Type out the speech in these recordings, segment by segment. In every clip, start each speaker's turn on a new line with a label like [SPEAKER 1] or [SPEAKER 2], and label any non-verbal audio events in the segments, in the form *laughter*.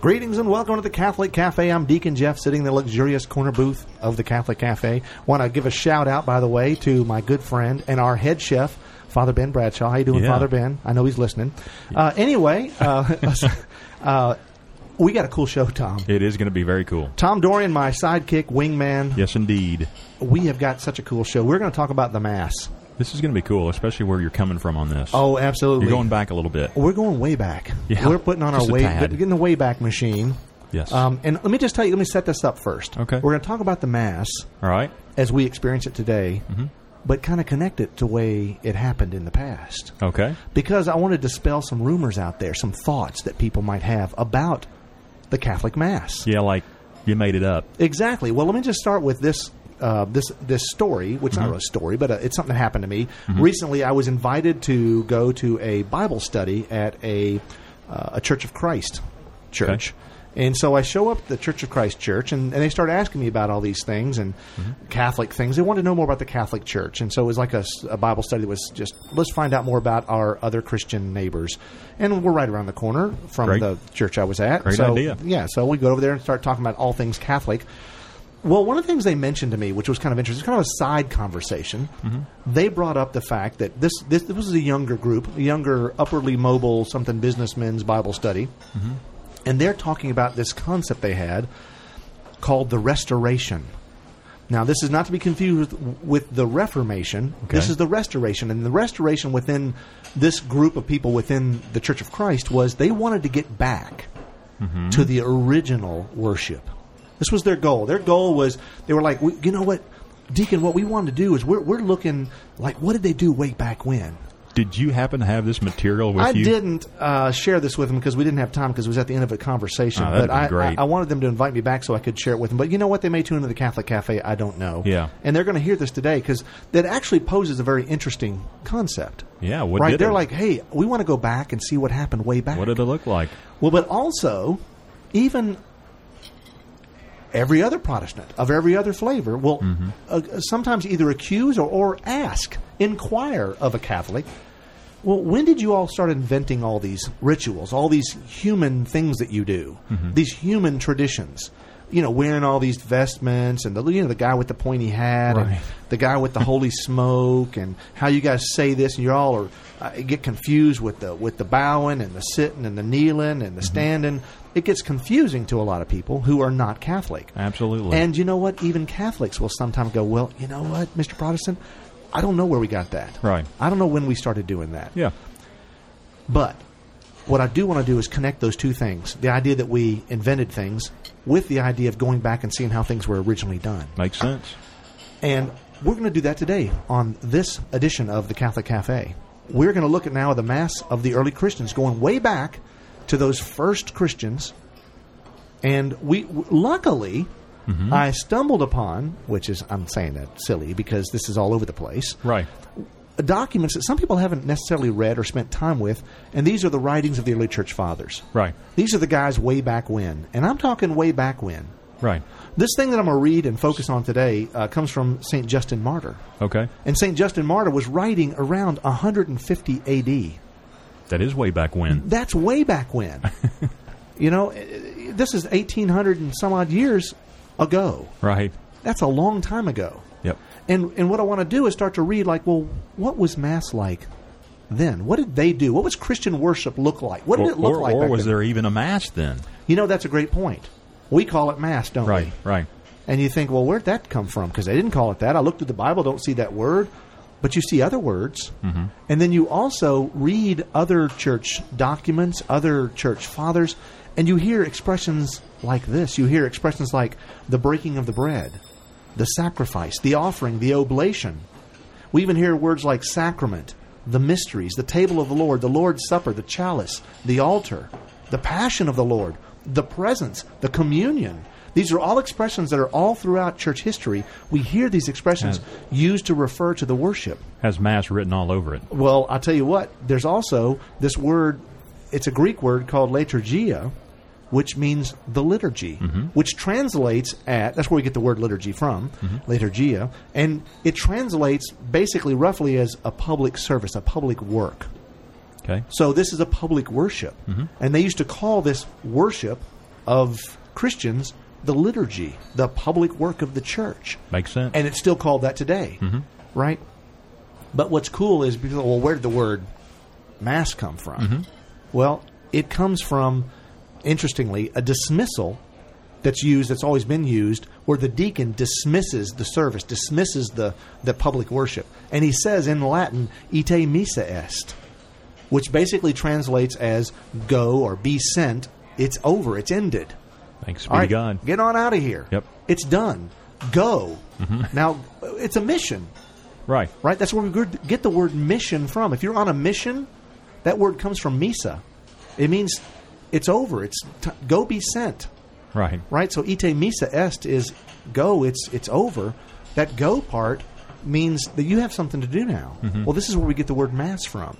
[SPEAKER 1] Greetings and welcome to the Catholic Cafe. I'm Deacon Jeff, sitting in the luxurious corner booth of the Catholic Cafe. Want to give a shout out, by the way, to my good friend and our head chef, Father Ben Bradshaw. How you doing,
[SPEAKER 2] Yeah.
[SPEAKER 1] Father Ben? I know he's listening. Uh, anyway, uh, *laughs* uh, we got a cool show, Tom.
[SPEAKER 2] It is going to be very cool.
[SPEAKER 1] Tom Dorian, my sidekick, wingman.
[SPEAKER 2] Yes, indeed.
[SPEAKER 1] We have got such a cool show. We're going to talk about the Mass.
[SPEAKER 2] This is going to be cool, especially where you're coming from on this.
[SPEAKER 1] Oh, absolutely.
[SPEAKER 2] you're going back a little bit.
[SPEAKER 1] We're going way back.
[SPEAKER 2] Yeah.
[SPEAKER 1] We're putting on our
[SPEAKER 2] Just a
[SPEAKER 1] way,
[SPEAKER 2] tad.
[SPEAKER 1] getting the way back machine.
[SPEAKER 2] Yes.
[SPEAKER 1] Um, and let me just tell you, let me set this up first.
[SPEAKER 2] Okay.
[SPEAKER 1] We're going to talk about the Mass
[SPEAKER 2] All right.
[SPEAKER 1] as we experience it today, but kind of connect it to the way it happened in the past.
[SPEAKER 2] Okay.
[SPEAKER 1] Because I want to dispel some rumors out there, some thoughts that people might have about the Catholic Mass.
[SPEAKER 2] Yeah, like you made it up.
[SPEAKER 1] Exactly. Well, let me just start with this. Uh, this this story, which not a story, but uh, it's something that happened to me recently. I was invited to go to a Bible study at a uh, a Church of Christ church, and so I show up at the Church of Christ church, and, and they start asking me about all these things and Catholic things. They wanted to know more about the Catholic Church, and so it was like a, s- a Bible study that was just let's find out more about our other Christian neighbors, and we're right around the corner from
[SPEAKER 2] Great.
[SPEAKER 1] the church I was at.
[SPEAKER 2] Great
[SPEAKER 1] so,
[SPEAKER 2] idea.
[SPEAKER 1] Yeah, so we go over there and start talking about all things Catholic. Well, one of the things they mentioned to me, which was kind of interesting, it's kind of a side conversation.
[SPEAKER 2] Mm-hmm.
[SPEAKER 1] They brought up the fact that this this, this was a younger group, a younger, upwardly mobile, something businessmen's Bible study,
[SPEAKER 2] Mm-hmm.
[SPEAKER 1] and they're talking about this concept they had called the Restoration. Now, this is not to be confused with, with the Reformation. This
[SPEAKER 2] Okay.
[SPEAKER 1] is the Restoration, and the Restoration within this group of people within the Church of Christ was they wanted to get back to the original worship. This was their goal. Their goal was they were like, we, you know what, Deacon, what we wanted to do is we're, we're looking like what did they do way back when?
[SPEAKER 2] Did you happen to have this material with
[SPEAKER 1] I
[SPEAKER 2] you?
[SPEAKER 1] didn't uh, share this with them because we didn't have time because it was at the end of a conversation.
[SPEAKER 2] Oh, that'd
[SPEAKER 1] but
[SPEAKER 2] have been
[SPEAKER 1] I,
[SPEAKER 2] great.
[SPEAKER 1] I, I wanted them to invite me back so I could share it with them. But you know what? They may tune into the Catholic Cafe. I don't know.
[SPEAKER 2] Yeah.
[SPEAKER 1] And they're going to hear this today because that actually poses a very interesting concept.
[SPEAKER 2] Yeah, what
[SPEAKER 1] right?
[SPEAKER 2] did
[SPEAKER 1] they're
[SPEAKER 2] it-
[SPEAKER 1] like, hey, we want to go back and see what happened way back.
[SPEAKER 2] What did it look like?
[SPEAKER 1] Well, but also, even every other Protestant of every other flavor will
[SPEAKER 2] Mm-hmm.
[SPEAKER 1] uh, sometimes either accuse or, or ask, inquire of a Catholic. Well, when did you all start inventing all these rituals, all these human things that you do,
[SPEAKER 2] Mm-hmm.
[SPEAKER 1] these human traditions? You know, wearing all these vestments, and the you know the guy with the pointy hat, and
[SPEAKER 2] Right.
[SPEAKER 1] the guy with the
[SPEAKER 2] *laughs*
[SPEAKER 1] holy smoke, and how you guys say this, and you all are uh, get confused with the with the bowing and the sitting and the kneeling
[SPEAKER 2] Mm-hmm.
[SPEAKER 1] and the standing. It gets confusing to a lot of people who are not Catholic.
[SPEAKER 2] Absolutely.
[SPEAKER 1] And you know what? Even Catholics will sometimes go, well, you know what, Mr. Protestant? I don't know where we got that.
[SPEAKER 2] Right.
[SPEAKER 1] I don't know when we started doing that.
[SPEAKER 2] yeah.
[SPEAKER 1] But what I do want to do is connect those two things the idea that we invented things with the idea of going back and seeing how things were originally done.
[SPEAKER 2] Makes sense.
[SPEAKER 1] And we're going to do that today on this edition of the Catholic Cafe. We're going to look at now the mass of the early Christians going way back to those first Christians. And we w- luckily I stumbled upon, which is I'm saying that silly because this is all over the place
[SPEAKER 2] Right.
[SPEAKER 1] documents that some people haven't necessarily read or spent time with, and these are the writings of the early church fathers.
[SPEAKER 2] Right.
[SPEAKER 1] These are the guys way back when, and I'm talking way back when.
[SPEAKER 2] Right.
[SPEAKER 1] This thing that I'm going to read and focus on today uh, comes from St. Justin Martyr.
[SPEAKER 2] Okay.
[SPEAKER 1] And St. Justin Martyr was writing around 150 AD.
[SPEAKER 2] That is way back when.
[SPEAKER 1] That's way back when. you know, eh, eh, this is 1800 and some odd years ago.
[SPEAKER 2] Right.
[SPEAKER 1] That's a long time ago.
[SPEAKER 2] Yep.
[SPEAKER 1] And and what I want to do is start to read like, well, what was mass like then? What did they do? What was Christian worship look like? What did
[SPEAKER 2] Or,
[SPEAKER 1] it look
[SPEAKER 2] or-
[SPEAKER 1] like?
[SPEAKER 2] or
[SPEAKER 1] back
[SPEAKER 2] was
[SPEAKER 1] then?
[SPEAKER 2] there even a mass then?
[SPEAKER 1] You know, that's a great point. We call it mass, don't
[SPEAKER 2] Right.
[SPEAKER 1] we?
[SPEAKER 2] Right.
[SPEAKER 1] And you think, well, where'd that come from? Because they didn't call it that. I looked at the Bible, don't see that word, but you see other words,
[SPEAKER 2] Mm-hmm.
[SPEAKER 1] and then you also read other church documents, other church fathers, and you hear expressions like this. You hear expressions like the breaking of the bread, the sacrifice, the offering, the oblation. We even hear words like sacrament, the mysteries, the table of the Lord, the Lord's Supper, the chalice, the altar, the passion of the Lord, the presence, the communion, These are all expressions that are all throughout church history. We hear these expressions used to refer to the worship.
[SPEAKER 2] Has mass written all over it.
[SPEAKER 1] Well, I'll tell you what, there's also this word, it's a Greek word called liturgia, which means the liturgy, which translates at, that's where we get the word liturgy from, liturgia, and it translates basically roughly as a public service, a public work.
[SPEAKER 2] Okay.
[SPEAKER 1] So this is a public worship. And they used to call this worship of Christians the liturgy, the public work of the church.
[SPEAKER 2] Makes sense.
[SPEAKER 1] And it's still called that today. Right? But what's cool is because, well, where did the word mass come from? Well, it comes from, interestingly, a dismissal that's used, that's always been used, where the deacon dismisses the service, dismisses the, the public worship. And he says in Latin, ite missa est which basically translates as go or be sent. It's over. It's ended.
[SPEAKER 2] Thanks be
[SPEAKER 1] All
[SPEAKER 2] to
[SPEAKER 1] right,
[SPEAKER 2] God.
[SPEAKER 1] get on out of here.
[SPEAKER 2] Yep. Mm-hmm.
[SPEAKER 1] It's done. Go. Now, it's a mission,
[SPEAKER 2] Right.
[SPEAKER 1] right? That's where we gr- get the word mission from. If you're on a mission, that word comes from misa. It means it's over. It's t- go be sent,
[SPEAKER 2] Right.
[SPEAKER 1] right? So ite misa est is go. It's it's over. That go part means that you have something to do now. Well, this is where we get the word mass from.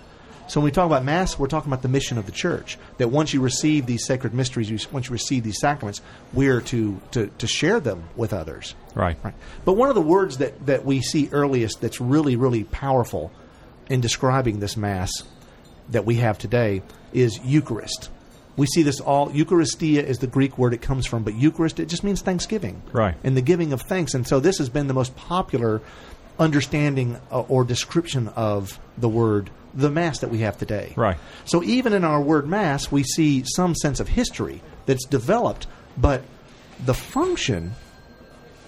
[SPEAKER 1] So when we talk about mass, we're talking about the mission of the church. That once you receive these sacred mysteries, you, once you receive these sacraments, we're to, to, to share them with others.
[SPEAKER 2] Right.
[SPEAKER 1] Right. But one of the words that, that we see earliest that's really, really powerful in describing this Mass that we have today is Eucharist. We see this all. Eucharistia is the Greek word it comes from, but Eucharist, it just means thanksgiving.
[SPEAKER 2] Right.
[SPEAKER 1] And the giving of thanks. And so this has been the most popular understanding uh, or description of the word, the Mass that we have today.
[SPEAKER 2] Right.
[SPEAKER 1] So even in our word mass, we see some sense of history that's developed, but the function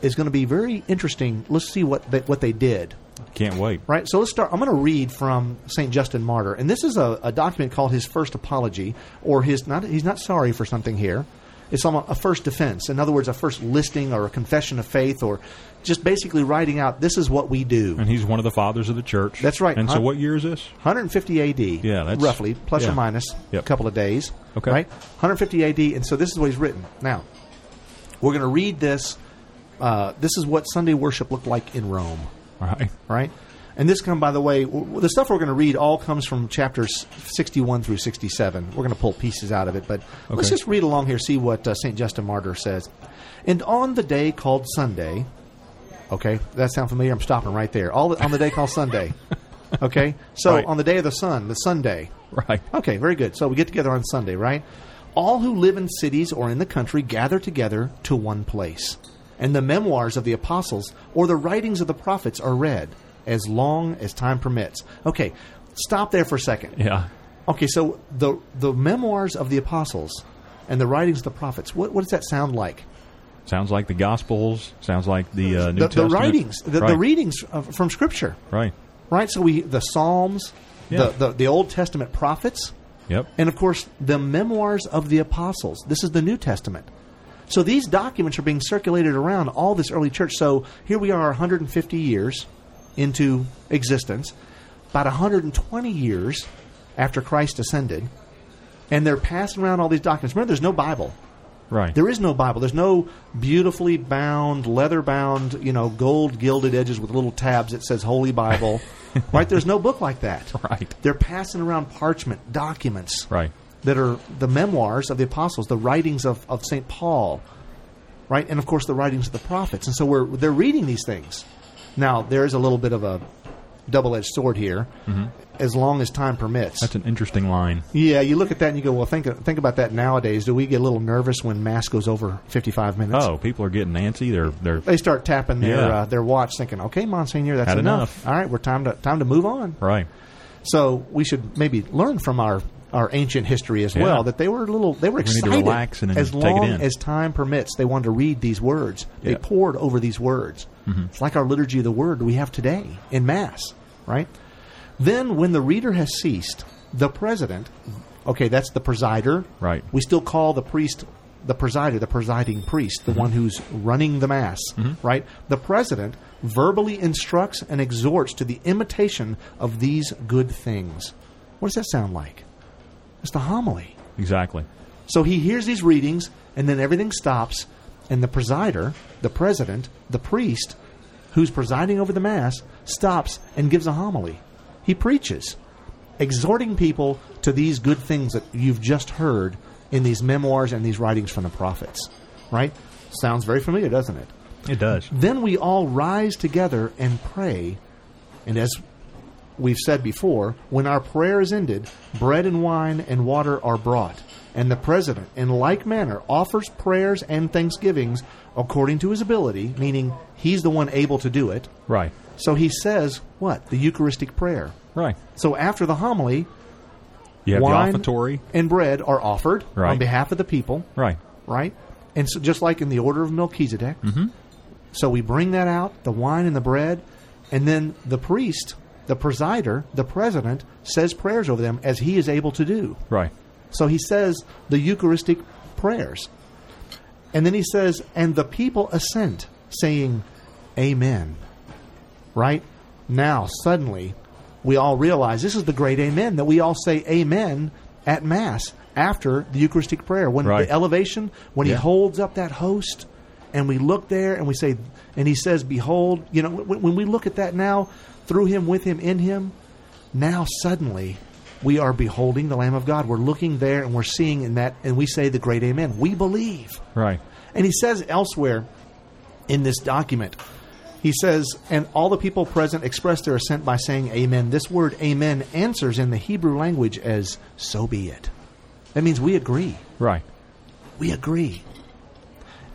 [SPEAKER 1] is going to be very interesting. Let's see what they, what they did.
[SPEAKER 2] Can't wait.
[SPEAKER 1] Right, so let's start. I'm going to read from Saint Justin Martyr, and this is a, a document called his first apology, or his not. He's not sorry for something here. It's almost a first defense. In other words, a first listing or a confession of faith, or just basically writing out this is what we do.
[SPEAKER 2] And he's one of the fathers of the church.
[SPEAKER 1] That's right.
[SPEAKER 2] And so
[SPEAKER 1] Huh?
[SPEAKER 2] what year is this?
[SPEAKER 1] 150 AD.
[SPEAKER 2] Yeah, that's-
[SPEAKER 1] roughly plus
[SPEAKER 2] yeah.
[SPEAKER 1] or minus
[SPEAKER 2] Yep.
[SPEAKER 1] a couple of days.
[SPEAKER 2] Okay.
[SPEAKER 1] right? 150 AD, and so this is what he's written. Now, we're going to read this. Uh, this is what Sunday worship looked like in Rome.
[SPEAKER 2] Right. *laughs*
[SPEAKER 1] All right, and this come by the way, w- w- the stuff we're going to read all comes from chapters 61 through 67. We're going to pull pieces out of it, but let's
[SPEAKER 2] Okay.
[SPEAKER 1] just read along here, see what uh, Saint Justin Martyr says. And on the day called Sunday, Okay, that sound familiar? I'm stopping right there. All the, on the day called
[SPEAKER 2] *laughs*
[SPEAKER 1] Sunday. Okay, so
[SPEAKER 2] Right.
[SPEAKER 1] on the day of the sun, the Sunday.
[SPEAKER 2] Right.
[SPEAKER 1] Okay, very good. So we get together on Sunday, right? All who live in cities or in the country gather together to one place, and the memoirs of the apostles or the writings of the prophets are read as long as time permits. Okay, stop there for a second.
[SPEAKER 2] Yeah.
[SPEAKER 1] Okay, so the the memoirs of the apostles and the writings of the prophets. What what does that sound like?
[SPEAKER 2] Sounds like the Gospels. Sounds like the uh, New
[SPEAKER 1] The, the
[SPEAKER 2] Testament.
[SPEAKER 1] writings, the,
[SPEAKER 2] right.
[SPEAKER 1] the readings of, from Scripture.
[SPEAKER 2] Right.
[SPEAKER 1] right? So we the Psalms,
[SPEAKER 2] Yeah.
[SPEAKER 1] the, the the Old Testament prophets,
[SPEAKER 2] Yep.
[SPEAKER 1] and of course the memoirs of the apostles. This is the New Testament. So these documents are being circulated around all this early church. So here we are 150 years into existence, about 120 years after Christ ascended, and they're passing around all these documents. Remember, there's no Bible.
[SPEAKER 2] right.
[SPEAKER 1] There is no Bible. There's no beautifully bound, leather bound, you know, gold gilded edges with little tabs that says Holy Bible. right? There's no book like that.
[SPEAKER 2] Right.
[SPEAKER 1] They're passing around parchment documents
[SPEAKER 2] Right.
[SPEAKER 1] that are the memoirs of the apostles, the writings of, of St. Paul, right? And of course, the writings of the prophets. And so we're, they're reading these things. Now, there is a little bit of a double edged sword here, as long as time permits.
[SPEAKER 2] Mm-hmm. That's an interesting line.
[SPEAKER 1] Yeah, you look at that and you go, well, think think about that nowadays. Do we get a little nervous when mass goes over fifty five minutes?
[SPEAKER 2] Oh, people are getting antsy. They're they're
[SPEAKER 1] They start tapping their
[SPEAKER 2] Yeah.
[SPEAKER 1] uh, their watch, thinking, "Okay, Monsignor, that's
[SPEAKER 2] Had
[SPEAKER 1] enough.
[SPEAKER 2] enough.
[SPEAKER 1] All right, we're time to time to move on."
[SPEAKER 2] right.
[SPEAKER 1] So we should maybe learn from our our ancient history as
[SPEAKER 2] Yeah.
[SPEAKER 1] well that they were a little they were
[SPEAKER 2] need to
[SPEAKER 1] excited
[SPEAKER 2] relax and then
[SPEAKER 1] as
[SPEAKER 2] take it
[SPEAKER 1] long
[SPEAKER 2] in.
[SPEAKER 1] as time permits. They wanted to read these words. They
[SPEAKER 2] Yeah. Mm-hmm.
[SPEAKER 1] poured over these words. It's like our liturgy of the word we have today in mass, right? Then, when the reader has ceased, the president, okay, that's the presider.
[SPEAKER 2] Right.
[SPEAKER 1] We still call the priest the presider, the presiding priest, the one who's running the mass, right? The president verbally instructs and exhorts to the imitation of these good things. What does that sound like? It's the homily.
[SPEAKER 2] Exactly.
[SPEAKER 1] So he hears these readings, and then everything stops, and the presider, the president, the priest, who's presiding over the mass, stops and gives a homily. He preaches, exhorting people to these good things that you've just heard in these memoirs and these writings from the prophets. Right? Sounds very familiar, doesn't it?
[SPEAKER 2] It does.
[SPEAKER 1] Then we all rise together and pray. And as we've said before, when our prayer is ended, bread and wine and water are brought. And the president, in like manner, offers prayers and thanksgivings according to his ability, meaning he's the one able to do it.
[SPEAKER 2] Right.
[SPEAKER 1] So he says, what? The Eucharistic prayer.
[SPEAKER 2] Right.
[SPEAKER 1] So after the homily,
[SPEAKER 2] You have
[SPEAKER 1] wine
[SPEAKER 2] the offertory.
[SPEAKER 1] and bread are offered
[SPEAKER 2] Right.
[SPEAKER 1] on behalf of the people
[SPEAKER 2] Right.
[SPEAKER 1] right? And so, just like in the order of Melchizedek, so we bring that out, the wine and the bread, and then the priest, the presider, the president says prayers over them as he is able to do.
[SPEAKER 2] Right.
[SPEAKER 1] So he says the Eucharistic prayers. And then he says, and the people assent, saying, Amen. Right? Now, suddenly, we all realize this is the great Amen that we all say Amen at Mass after the Eucharistic prayer. When
[SPEAKER 2] Right.
[SPEAKER 1] the elevation, when he
[SPEAKER 2] Yeah.
[SPEAKER 1] holds up that host, and we look there and we say, and he says, Behold, you know, when, when we look at that now, through him, with him, in him, now suddenly we are beholding the Lamb of God. We're looking there and we're seeing in that, and we say the great Amen. We believe.
[SPEAKER 2] Right.
[SPEAKER 1] And he says elsewhere in this document, he says, and all the people present expressed their assent by saying amen. This word amen answers in the Hebrew language as so be it. That means we agree.
[SPEAKER 2] Right.
[SPEAKER 1] We agree.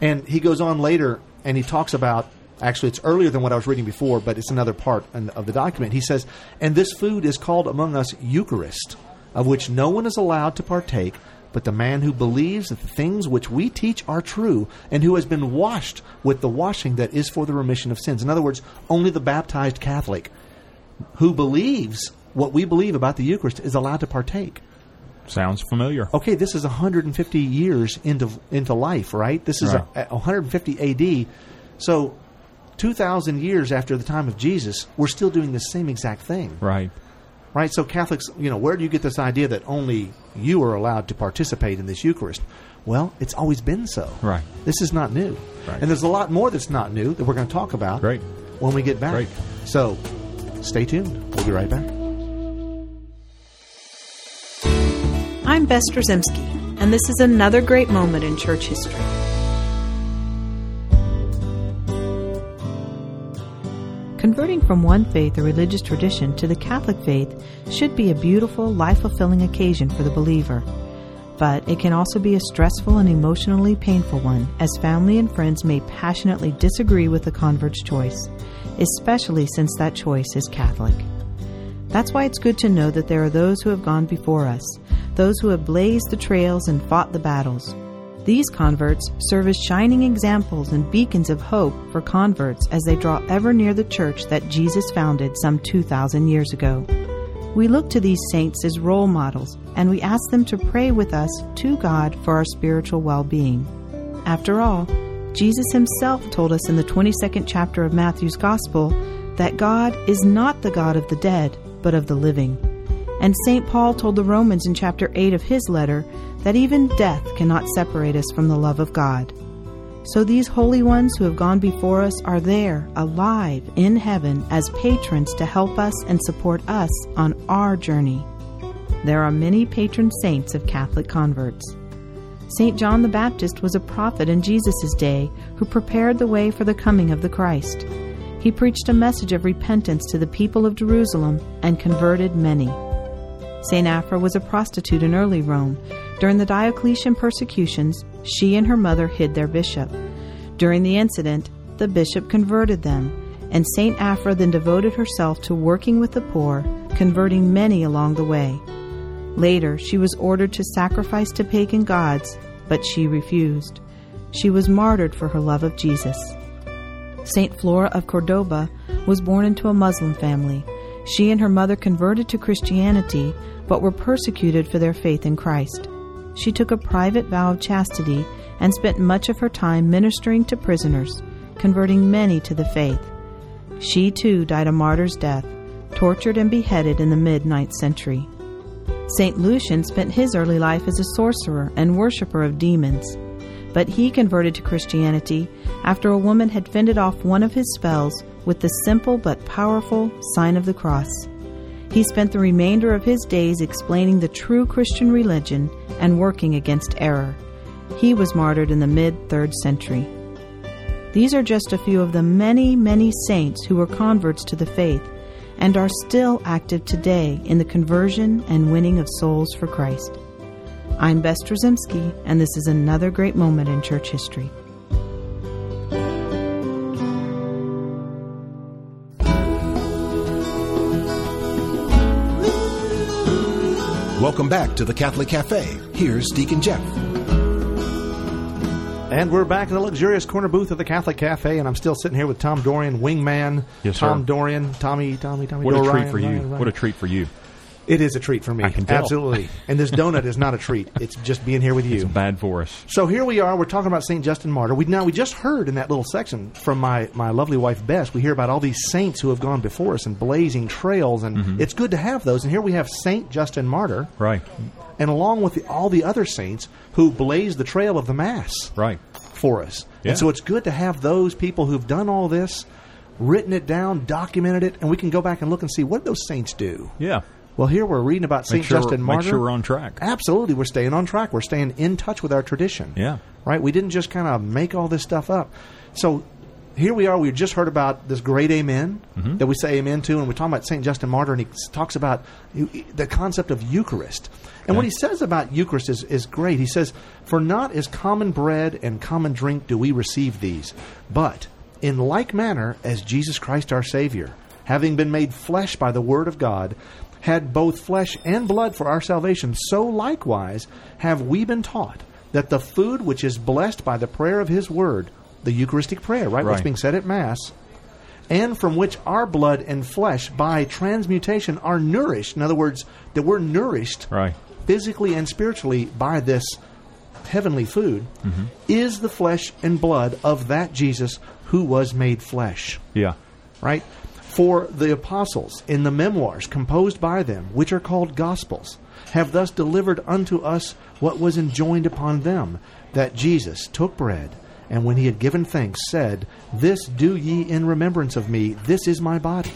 [SPEAKER 1] And he goes on later and he talks about actually it's earlier than what I was reading before, but it's another part in- of the document. He says, "And this food is called among us Eucharist, of which no one is allowed to partake." But the man who believes that the things which we teach are true, and who has been washed with the washing that is for the remission of sins. In other words, only the baptized Catholic who believes what we believe about the Eucharist is allowed to partake
[SPEAKER 2] Sounds familiar.
[SPEAKER 1] okay, this is 150 years into into life, right? This is
[SPEAKER 2] Right.
[SPEAKER 1] a, a 150 A.D. So, 2,000 years after the time of Jesus, we're still doing the same exact thing,
[SPEAKER 2] Right.
[SPEAKER 1] right? So, Catholics, you know, where do you get this idea that only you are allowed to participate in this Eucharist? Well, it's always been so.
[SPEAKER 2] Right.
[SPEAKER 1] This is not new,
[SPEAKER 2] Right.
[SPEAKER 1] and there's a lot more that's not new that we're going to talk about.
[SPEAKER 2] Great.
[SPEAKER 1] When we get back.
[SPEAKER 2] Great.
[SPEAKER 1] So, stay tuned. We'll be right back.
[SPEAKER 3] I'm Bess Drzymski, and this is another great moment in church history. Converting from one faith or religious tradition to the Catholic faith should be a beautiful, life fulfilling occasion for the believer. But it can also be a stressful and emotionally painful one, as family and friends may passionately disagree with the convert's choice, especially since that choice is Catholic. That's why it's good to know that there are those who have gone before us, those who have blazed the trails and fought the battles. These converts serve as shining examples and beacons of hope for converts as they draw ever near the church that Jesus founded some 2,000 years ago. We look to these saints as role models and we ask them to pray with us to God for our spiritual well being. After all, Jesus himself told us in the 22nd chapter of Matthew's Gospel that God is not the God of the dead, but of the living. And St. Paul told the Romans in chapter 8 of his letter that even death cannot separate us from the love of God. So these holy ones who have gone before us are there, alive, in heaven, as patrons to help us and support us on our journey. There are many patron saints of Catholic converts. St. John the Baptist was a prophet in Jesus' day who prepared the way for the coming of the Christ. He preached a message of repentance to the people of Jerusalem and converted many. St. Afra was a prostitute in early Rome. During the Diocletian persecutions, she and her mother hid their bishop. During the incident, the bishop converted them, and St. Afra then devoted herself to working with the poor, converting many along the way. Later, she was ordered to sacrifice to pagan gods, but she refused. She was martyred for her love of Jesus. St. Flora of Cordoba was born into a Muslim family. She and her mother converted to Christianity, but were persecuted for their faith in Christ. She took a private vow of chastity and spent much of her time ministering to prisoners, converting many to the faith. She too died a martyr's death, tortured and beheaded in the mid ninth century. St. Lucian spent his early life as a sorcerer and worshiper of demons. but he converted to Christianity after a woman had fended off one of his spells with the simple but powerful sign of the cross. He spent the remainder of his days explaining the true Christian religion and working against error. He was martyred in the mid 3rd century. These are just a few of the many, many saints who were converts to the faith and are still active today in the conversion and winning of souls for Christ. I'm Bess Trzymski, and this is another great moment in church history.
[SPEAKER 4] Welcome back to the Catholic Cafe. Here's Deacon Jeff.
[SPEAKER 1] And we're back in the luxurious corner booth of the Catholic Cafe, and I'm still sitting here with Tom Dorian, wingman.
[SPEAKER 2] Yes, sir.
[SPEAKER 1] Tom Dorian, Tommy, Tommy, Tommy.
[SPEAKER 2] What a
[SPEAKER 1] Dorian,
[SPEAKER 2] treat for you.
[SPEAKER 1] Ryan, Ryan.
[SPEAKER 2] What a treat for you.
[SPEAKER 1] It is a treat for me.
[SPEAKER 2] I can tell.
[SPEAKER 1] Absolutely. And this donut is not a treat. It's just being here with you.
[SPEAKER 2] It's bad for us.
[SPEAKER 1] So here we are. We're talking about Saint Justin Martyr. We now we just heard in that little section from my my lovely wife Bess. We hear about all these saints who have gone before us and blazing trails, and it's good to have those. And here we have Saint Justin Martyr,
[SPEAKER 2] Mm-hmm. Right.
[SPEAKER 1] and along with the, all the other saints who blazed the trail of the Mass
[SPEAKER 2] Right.
[SPEAKER 1] for us.
[SPEAKER 2] Yeah.
[SPEAKER 1] And so it's good to have those people who've done all this, written it down, documented it, and we can go back and look and see what did those saints do.
[SPEAKER 2] Yeah.
[SPEAKER 1] Well, here we're reading about Saint
[SPEAKER 2] Make sure,
[SPEAKER 1] Justin
[SPEAKER 2] make
[SPEAKER 1] Martyr.
[SPEAKER 2] sure we're on track.
[SPEAKER 1] Absolutely, we're staying on track. We're staying in touch with our tradition.
[SPEAKER 2] Yeah.
[SPEAKER 1] Right? We didn't just kind of make all this stuff up. So here we are. We just heard about this great amen that we say amen to, and we're talking about St. Justin Martyr, and he s- talks about you- e, the concept of Eucharist. And what he says about Eucharist is, is great. He says, For not as common bread and common drink do we receive these, but in like manner as Jesus Christ our Savior, having been made flesh by the Word of God, had both flesh and blood for our salvation, so likewise have we been taught that the food which is blessed by the prayer of his word, the Eucharistic prayer, right, what's
[SPEAKER 2] Right.
[SPEAKER 1] being said at Mass, and from which our blood and flesh by transmutation are nourished. In other words, that we're nourished
[SPEAKER 2] Right.
[SPEAKER 1] physically and spiritually by this heavenly food,
[SPEAKER 2] Mm-hmm.
[SPEAKER 1] is the flesh and blood of that Jesus who was made flesh
[SPEAKER 2] Yeah.
[SPEAKER 1] right? For the apostles in the memoirs composed by them, which are called Gospels, have thus delivered unto us what was enjoined upon them that Jesus took bread, and when he had given thanks, said, This do ye in remembrance of me, this is my body.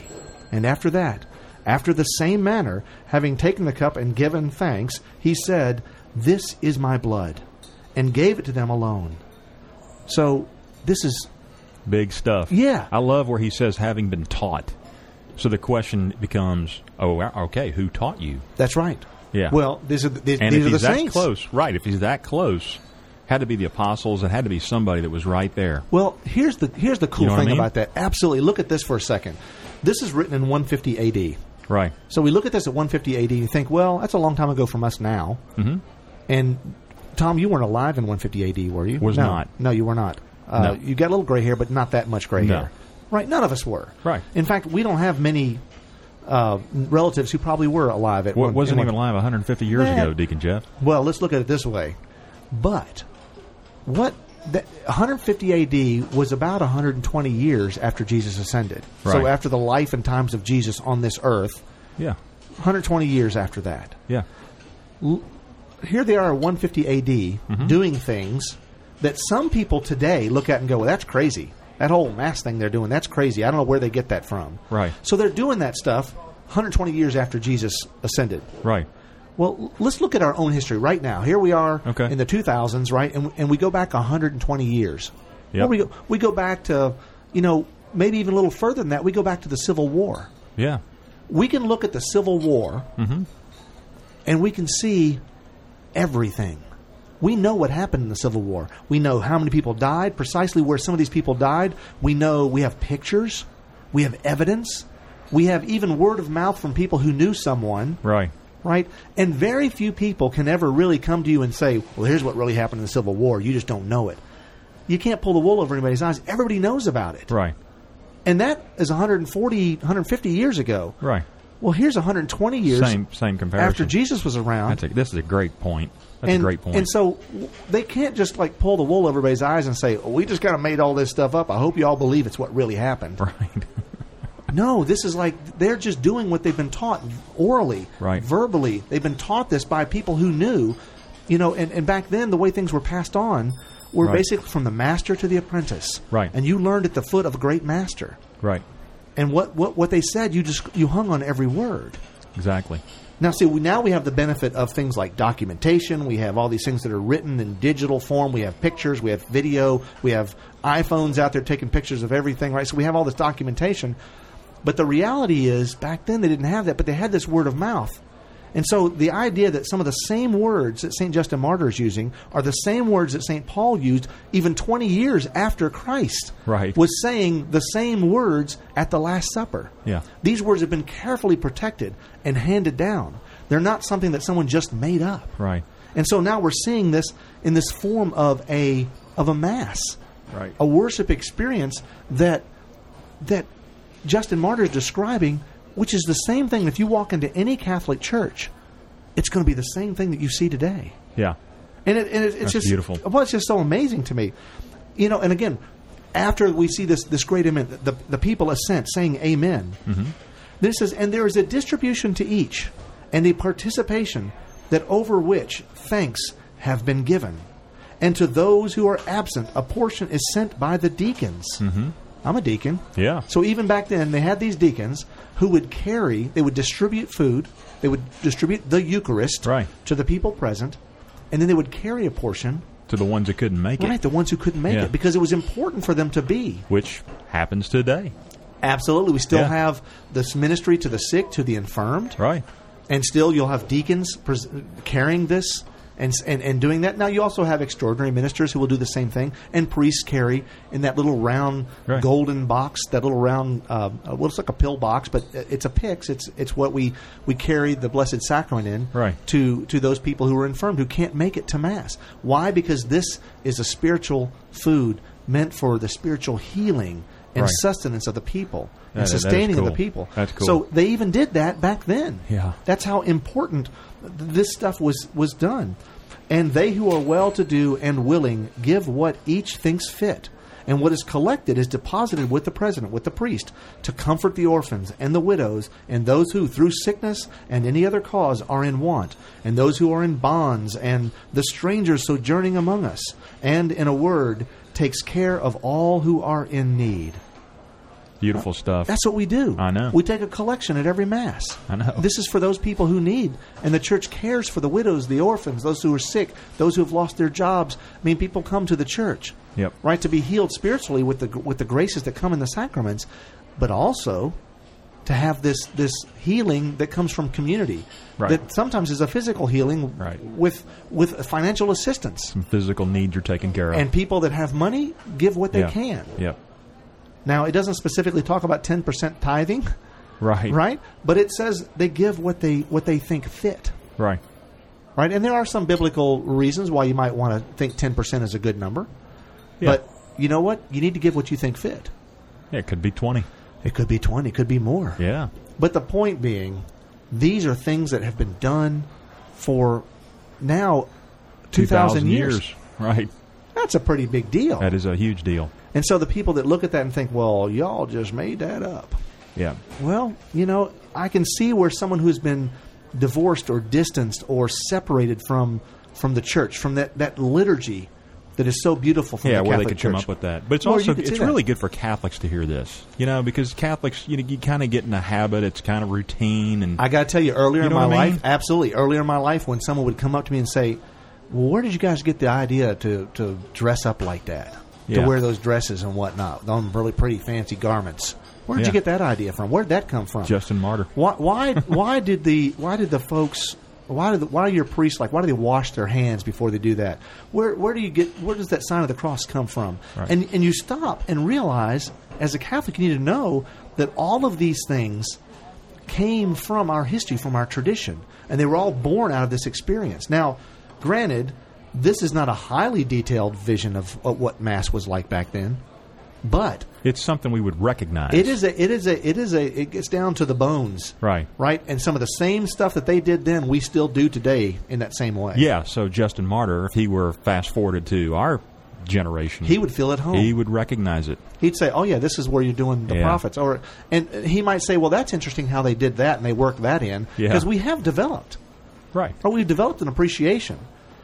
[SPEAKER 1] And after that, after the same manner, having taken the cup and given thanks, he said, This is my blood, and gave it to them alone. So, this is
[SPEAKER 2] Big stuff.
[SPEAKER 1] Yeah.
[SPEAKER 2] I love where he says, having been taught. So the question becomes, oh, okay, who taught you?
[SPEAKER 1] That's right.
[SPEAKER 2] Yeah.
[SPEAKER 1] Well, these are the, these,
[SPEAKER 2] And
[SPEAKER 1] these
[SPEAKER 2] if
[SPEAKER 1] are the
[SPEAKER 2] he's that
[SPEAKER 1] saints.
[SPEAKER 2] close, right? If he's that close, had to be the apostles. It had to be somebody that was right there.
[SPEAKER 1] Well, here's the here's the cool
[SPEAKER 2] You know what
[SPEAKER 1] thing
[SPEAKER 2] I mean?
[SPEAKER 1] about that. Absolutely. Look at this for a second. This is written in 150 AD.
[SPEAKER 2] Right.
[SPEAKER 1] So we look at this at 150 AD and you think, well, that's a long time ago from us now. Mm-hmm. And Tom, you weren't alive in 150 AD, were you?
[SPEAKER 2] Was
[SPEAKER 1] no.
[SPEAKER 2] not.
[SPEAKER 1] No, you were not. Uh,
[SPEAKER 2] No.
[SPEAKER 1] You got a little gray hair, but not that much gray
[SPEAKER 2] No.
[SPEAKER 1] hair. Right. None of us were.
[SPEAKER 2] Right.
[SPEAKER 1] In fact, we don't have many uh, relatives who probably were alive at.
[SPEAKER 2] Well,
[SPEAKER 1] one,
[SPEAKER 2] it wasn't
[SPEAKER 1] in
[SPEAKER 2] even
[SPEAKER 1] one-
[SPEAKER 2] alive 150 years
[SPEAKER 1] Nah.
[SPEAKER 2] ago, Deacon Jeff.
[SPEAKER 1] Well, let's look at it this way. But what that 150 AD was about 120 years after Jesus ascended. So
[SPEAKER 2] Right.
[SPEAKER 1] after the life and times of Jesus on this earth,
[SPEAKER 2] Yeah.
[SPEAKER 1] 120 years after that.
[SPEAKER 2] Yeah.
[SPEAKER 1] Here they are at 150 AD
[SPEAKER 2] Mm-hmm.
[SPEAKER 1] doing things that some people today look at and go, "Well, that's crazy. That whole mass thing they're doing, that's crazy. I don't know where they get that from."
[SPEAKER 2] Right.
[SPEAKER 1] So they're doing that stuff 120 years after Jesus ascended.
[SPEAKER 2] Right.
[SPEAKER 1] Well, l- let's look at our own history right now. Here we are
[SPEAKER 2] Okay.
[SPEAKER 1] in the 2000s, right? And, and we go back 120 years.
[SPEAKER 2] Yep.
[SPEAKER 1] Or We, go, we go back to, you know, maybe even a little further than that. We go back to the Civil War.
[SPEAKER 2] Yeah.
[SPEAKER 1] We can look at the Civil War
[SPEAKER 2] Mm-hmm.
[SPEAKER 1] and we can see everything. We know what happened in the Civil War. We know how many people died, precisely where some of these people died. We know we have pictures, we have evidence, we have even word of mouth from people who knew someone
[SPEAKER 2] Right.
[SPEAKER 1] right? And very few people can ever really come to you and say, "Well, here's what really happened in the Civil War. You just don't know it." You can't pull the wool over anybody's eyes. Everybody knows about it.
[SPEAKER 2] Right.
[SPEAKER 1] And that is 140, 150 years ago.
[SPEAKER 2] Right.
[SPEAKER 1] Well, here's 120 years
[SPEAKER 2] Same same comparison.
[SPEAKER 1] after Jesus was around.
[SPEAKER 2] That's a, this is a great point. That's
[SPEAKER 1] and,
[SPEAKER 2] a great point.
[SPEAKER 1] And so w- they can't just like pull the wool over everybody's eyes and say, "Oh, "We just kind of made all this stuff up. I hope you all believe it's what really happened."
[SPEAKER 2] *laughs* right.
[SPEAKER 1] No, this is like they're just doing what they've been taught orally,
[SPEAKER 2] Right.
[SPEAKER 1] verbally. They've been taught this by people who knew, you know, and, and back then the way things were passed on We're
[SPEAKER 2] Right.
[SPEAKER 1] basically from the master to the apprentice.
[SPEAKER 2] Right.
[SPEAKER 1] And you learned at the foot of a great master.
[SPEAKER 2] Right.
[SPEAKER 1] And what, what, what they said, you just you hung on every word.
[SPEAKER 2] Exactly.
[SPEAKER 1] Now, see, we, now we have the benefit of things like documentation. We have all these things that are written in digital form. We have pictures. We have video. We have iPhones out there taking pictures of everything, right? So we have all this documentation. But the reality is, back then they didn't have that, but they had this word of mouth. And so the idea that some of the same words that St. Justin Martyr is using are the same words that St. Paul used even 20 years after Christ
[SPEAKER 2] Right.
[SPEAKER 1] was saying the same words at the Last Supper.
[SPEAKER 2] Yeah.
[SPEAKER 1] These words have been carefully protected and handed down. They're not something that someone just made up.
[SPEAKER 2] Right.
[SPEAKER 1] And so now we're seeing this in this form of a of a mass,
[SPEAKER 2] Right.
[SPEAKER 1] a worship experience that that Justin Martyr is describing, which is the same thing. If you walk into any Catholic church, it's going to be the same thing that you see today.
[SPEAKER 2] Yeah.
[SPEAKER 1] And, it, and it, it's just
[SPEAKER 2] beautiful.
[SPEAKER 1] Well, it's just so amazing to me, you know. And again, after we see this this great amen, the the people assent, saying amen. Mm-hmm. Then it says, and there is a distribution to each, and a participation that over which thanks have been given, and to those who are absent, a portion is sent by the deacons. Mm-hmm. I'm a deacon.
[SPEAKER 2] Yeah.
[SPEAKER 1] So even back then, they had these deacons who would carry, they would distribute food, they would distribute the Eucharist
[SPEAKER 2] Right.
[SPEAKER 1] to the people present, and then they would carry a portion,
[SPEAKER 2] To the ones that couldn't make
[SPEAKER 1] right,
[SPEAKER 2] it,
[SPEAKER 1] the ones who couldn't make
[SPEAKER 2] Yeah.
[SPEAKER 1] it, because it was important for them to be.
[SPEAKER 2] which happens today.
[SPEAKER 1] Absolutely. We still
[SPEAKER 2] Yeah.
[SPEAKER 1] have this ministry to the sick, to the infirmed,
[SPEAKER 2] Right.
[SPEAKER 1] and still you'll have deacons pres- carrying this. And, s- and, and doing that now you also have extraordinary ministers who will do the same thing and priests carry in that little round
[SPEAKER 2] Right.
[SPEAKER 1] golden box that little round uh, uh, well it's like a pill box but i- it's a pix it's it's what we we carry the blessed sacrament in
[SPEAKER 2] Right.
[SPEAKER 1] to to those people who are infirmed who can't make it to mass why because this is a spiritual food meant for the spiritual healing and
[SPEAKER 2] Right.
[SPEAKER 1] sustenance of the people
[SPEAKER 2] That-
[SPEAKER 1] and
[SPEAKER 2] that is
[SPEAKER 1] sustaining of
[SPEAKER 2] cool.
[SPEAKER 1] the people
[SPEAKER 2] That's cool.
[SPEAKER 1] so they even did that back then.
[SPEAKER 2] Yeah.
[SPEAKER 1] That's how important th- this stuff was was done. And they who are well to do and willing give what each thinks fit. And what is collected is deposited with the president, with the priest, to comfort the orphans and the widows, and those who, through sickness and any other cause, are in want, and those who are in bonds, and the stranger sojourning among us, and, in a word, takes care of all who are in need.
[SPEAKER 2] Beautiful stuff.
[SPEAKER 1] Uh, That's what we do.
[SPEAKER 2] I know.
[SPEAKER 1] We take a collection at every mass.
[SPEAKER 2] I know.
[SPEAKER 1] This is for those people who need, and the church cares for the widows, the orphans, those who are sick, those who have lost their jobs. I mean, people come to the church,
[SPEAKER 2] Yep.
[SPEAKER 1] right, to be healed spiritually with the with the graces that come in the sacraments, but also to have this this healing that comes from community.
[SPEAKER 2] Right.
[SPEAKER 1] That sometimes is a physical healing
[SPEAKER 2] Right.
[SPEAKER 1] with with financial assistance.
[SPEAKER 2] Physical needs are taken care of.
[SPEAKER 1] And people that have money give what they
[SPEAKER 2] yeah.
[SPEAKER 1] can.
[SPEAKER 2] Yep.
[SPEAKER 1] Now, it doesn't specifically talk about 10% tithing
[SPEAKER 2] Right.
[SPEAKER 1] right? But it says they give what they what they think fit,
[SPEAKER 2] Right.
[SPEAKER 1] right? And there are some biblical reasons why you might want to think ten percent is a good number,
[SPEAKER 2] Yeah.
[SPEAKER 1] but you know what? You need to give what you think fit.
[SPEAKER 2] Yeah, it could be 20.
[SPEAKER 1] It could be twenty, it could be more.
[SPEAKER 2] Yeah.
[SPEAKER 1] But the point being, these are things that have been done for now two thousand years.
[SPEAKER 2] Right.
[SPEAKER 1] That's a pretty big deal.
[SPEAKER 2] That is a huge deal.
[SPEAKER 1] And so the people that look at that and think, "Well, y'all just made that up."
[SPEAKER 2] Yeah.
[SPEAKER 1] Well, you know, I can see where someone who's been divorced or distanced or separated from from the church, from that, that liturgy that is so beautiful from
[SPEAKER 2] Yeah,
[SPEAKER 1] the
[SPEAKER 2] where they
[SPEAKER 1] Catholic
[SPEAKER 2] could
[SPEAKER 1] Church.
[SPEAKER 2] come up with that. But it's
[SPEAKER 1] Well, you
[SPEAKER 2] also
[SPEAKER 1] could
[SPEAKER 2] it's
[SPEAKER 1] see that.
[SPEAKER 2] really good for Catholics to hear this. You know, because Catholics, you know, you kind of get in a habit. It's kind of routine and
[SPEAKER 1] I got to tell you, earlier
[SPEAKER 2] You
[SPEAKER 1] in
[SPEAKER 2] know
[SPEAKER 1] my
[SPEAKER 2] what I mean?
[SPEAKER 1] life, absolutely, earlier in my life, when someone would come up to me and say, well, "Where did you guys get the idea to to dress up like that?
[SPEAKER 2] Yeah.
[SPEAKER 1] To wear those dresses and whatnot, those really pretty fancy garments? Where did
[SPEAKER 2] Yeah.
[SPEAKER 1] you get that idea from? Where did that come from?"
[SPEAKER 2] Justin Martyr.
[SPEAKER 1] Why? Why? why did the? Why did the folks? Why? Did the, why are your priests like? Why do they wash their hands before they do that? Where? Where do you get? Where does that sign of the cross come from?
[SPEAKER 2] Right.
[SPEAKER 1] And and you stop and realize, as a Catholic, you need to know that all of these things came from our history, from our tradition, and they were all born out of this experience. Now, granted, this is not a highly detailed vision of, of what Mass was like back then, but
[SPEAKER 2] It's something we would recognize.
[SPEAKER 1] it is a. It is a. It is a. It gets down to the bones
[SPEAKER 2] Right.
[SPEAKER 1] right? And some of the same stuff that they did then, we still do today in that same way.
[SPEAKER 2] Yeah, so Justin Martyr, if he were fast forwarded to our generation,
[SPEAKER 1] He would feel at home.
[SPEAKER 2] he would recognize it.
[SPEAKER 1] He'd say, "Oh yeah, this is where you're doing the
[SPEAKER 2] Yeah.
[SPEAKER 1] prophets," or and he might say, "Well, that's interesting how they did that and they worked that in
[SPEAKER 2] Yeah.
[SPEAKER 1] because Oh, we have developed
[SPEAKER 2] Right.
[SPEAKER 1] or we've developed an appreciation."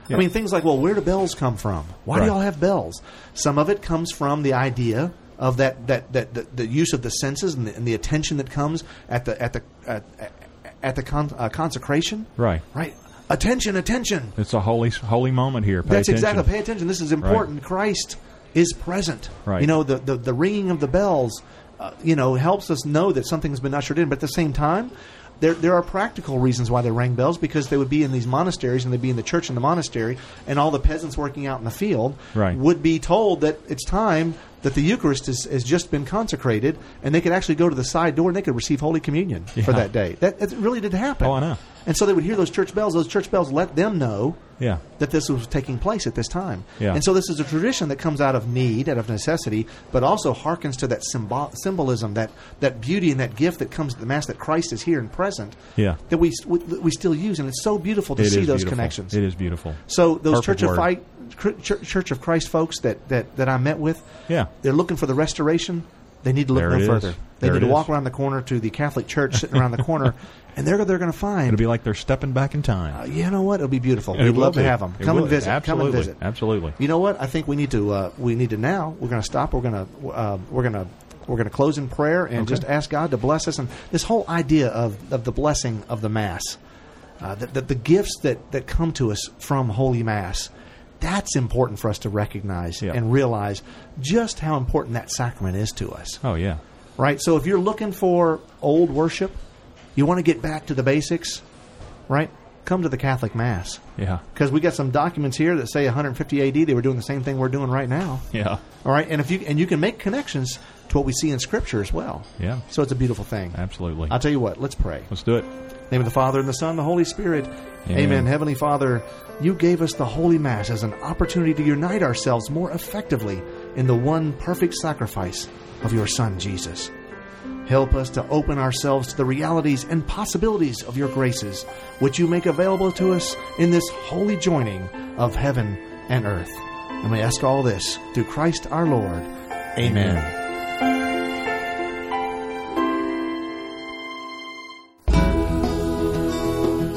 [SPEAKER 1] I mean, things like, well, where do bells come from? Why
[SPEAKER 2] Right.
[SPEAKER 1] do y'all have bells? Some of it comes from the idea of that that that, that the use of the senses and the, and the attention that comes at the at the at, at the con, uh, consecration.
[SPEAKER 2] Right.
[SPEAKER 1] Right. Attention, attention.
[SPEAKER 2] It's a holy holy moment here. Pay
[SPEAKER 1] That's
[SPEAKER 2] attention.
[SPEAKER 1] exactly. Pay attention. This is important. Christ is present.
[SPEAKER 2] Right.
[SPEAKER 1] You know, the, the, the ringing of the bells, uh, you know, helps us know that something's been ushered in. But at the same time, there, there are practical reasons why they rang bells because they would be in these monasteries and they'd be in the church and the monastery, and all the peasants working out in the field
[SPEAKER 2] Right.
[SPEAKER 1] would be told that it's time that the Eucharist is, has just been consecrated, and they could actually go to the side door and they could receive Holy Communion for
[SPEAKER 2] Yeah.
[SPEAKER 1] that day. That, that really did happen.
[SPEAKER 2] Oh, I know.
[SPEAKER 1] And so they would hear those church bells. Those church bells let them know
[SPEAKER 2] Yeah.
[SPEAKER 1] that this was taking place at this time.
[SPEAKER 2] Yeah.
[SPEAKER 1] And so this is a tradition that comes out of need, out of necessity, but also harkens to that symbol- symbolism, that, that beauty and that gift that comes to the Mass that Christ is here and present
[SPEAKER 2] Yeah.
[SPEAKER 1] that we, we, that we still use. And it's so beautiful to
[SPEAKER 2] It
[SPEAKER 1] see
[SPEAKER 2] is
[SPEAKER 1] those
[SPEAKER 2] beautiful.
[SPEAKER 1] connections.
[SPEAKER 2] It is beautiful.
[SPEAKER 1] So those
[SPEAKER 2] Perfect
[SPEAKER 1] Church of,
[SPEAKER 2] word.
[SPEAKER 1] Christ, Church of Christ folks that, that, that I met with,
[SPEAKER 2] Yeah.
[SPEAKER 1] they're looking for the restoration. They need to look
[SPEAKER 2] There it
[SPEAKER 1] no
[SPEAKER 2] is.
[SPEAKER 1] further. They
[SPEAKER 2] There
[SPEAKER 1] need
[SPEAKER 2] it
[SPEAKER 1] to walk
[SPEAKER 2] is.
[SPEAKER 1] around the corner to the Catholic Church sitting around the
[SPEAKER 2] *laughs*
[SPEAKER 1] corner, and they're they're going to find.
[SPEAKER 2] It'll be like they're stepping back in time.
[SPEAKER 1] Uh, you know what? It'll be beautiful.
[SPEAKER 2] It
[SPEAKER 1] We'd
[SPEAKER 2] will
[SPEAKER 1] love to
[SPEAKER 2] be.
[SPEAKER 1] have them.
[SPEAKER 2] It
[SPEAKER 1] Come
[SPEAKER 2] will.
[SPEAKER 1] and visit.
[SPEAKER 2] Absolutely.
[SPEAKER 1] Come and visit.
[SPEAKER 2] Absolutely.
[SPEAKER 1] You know what? I think we need to. Uh, we need to now. We're going to stop. We're going to. Uh, we're going to. We're going to close in prayer and just ask God to bless us. And this whole idea of, of the blessing of the Mass, uh, that the, the gifts that, that come to us from Holy Mass, that's important for us to recognize
[SPEAKER 2] Yeah.
[SPEAKER 1] and realize just how important that sacrament is to us
[SPEAKER 2] Oh yeah.
[SPEAKER 1] right? So if you're looking for old worship, you want to get back to the basics, right? Come to the Catholic Mass
[SPEAKER 2] Yeah. *laughs*
[SPEAKER 1] because we got some documents here that say 150 AD they were doing the same thing we're doing right now.
[SPEAKER 2] Yeah.
[SPEAKER 1] All right, and if you and you can make connections to what we see in Scripture as well.
[SPEAKER 2] Yeah.
[SPEAKER 1] so it's a beautiful thing.
[SPEAKER 2] Absolutely.
[SPEAKER 1] I'll tell you what. Let's pray.
[SPEAKER 2] Let's do it.
[SPEAKER 1] Name of the Father and the Son, and the Holy Spirit. Amen.
[SPEAKER 2] Amen.
[SPEAKER 1] Heavenly Father, you gave us the Holy Mass as an opportunity to unite ourselves more effectively in the one perfect sacrifice of your Son, Jesus. Help us to open ourselves to the realities and possibilities of your graces, which you make available to us in this holy joining of heaven and earth. And we ask all this through Christ our Lord. Amen.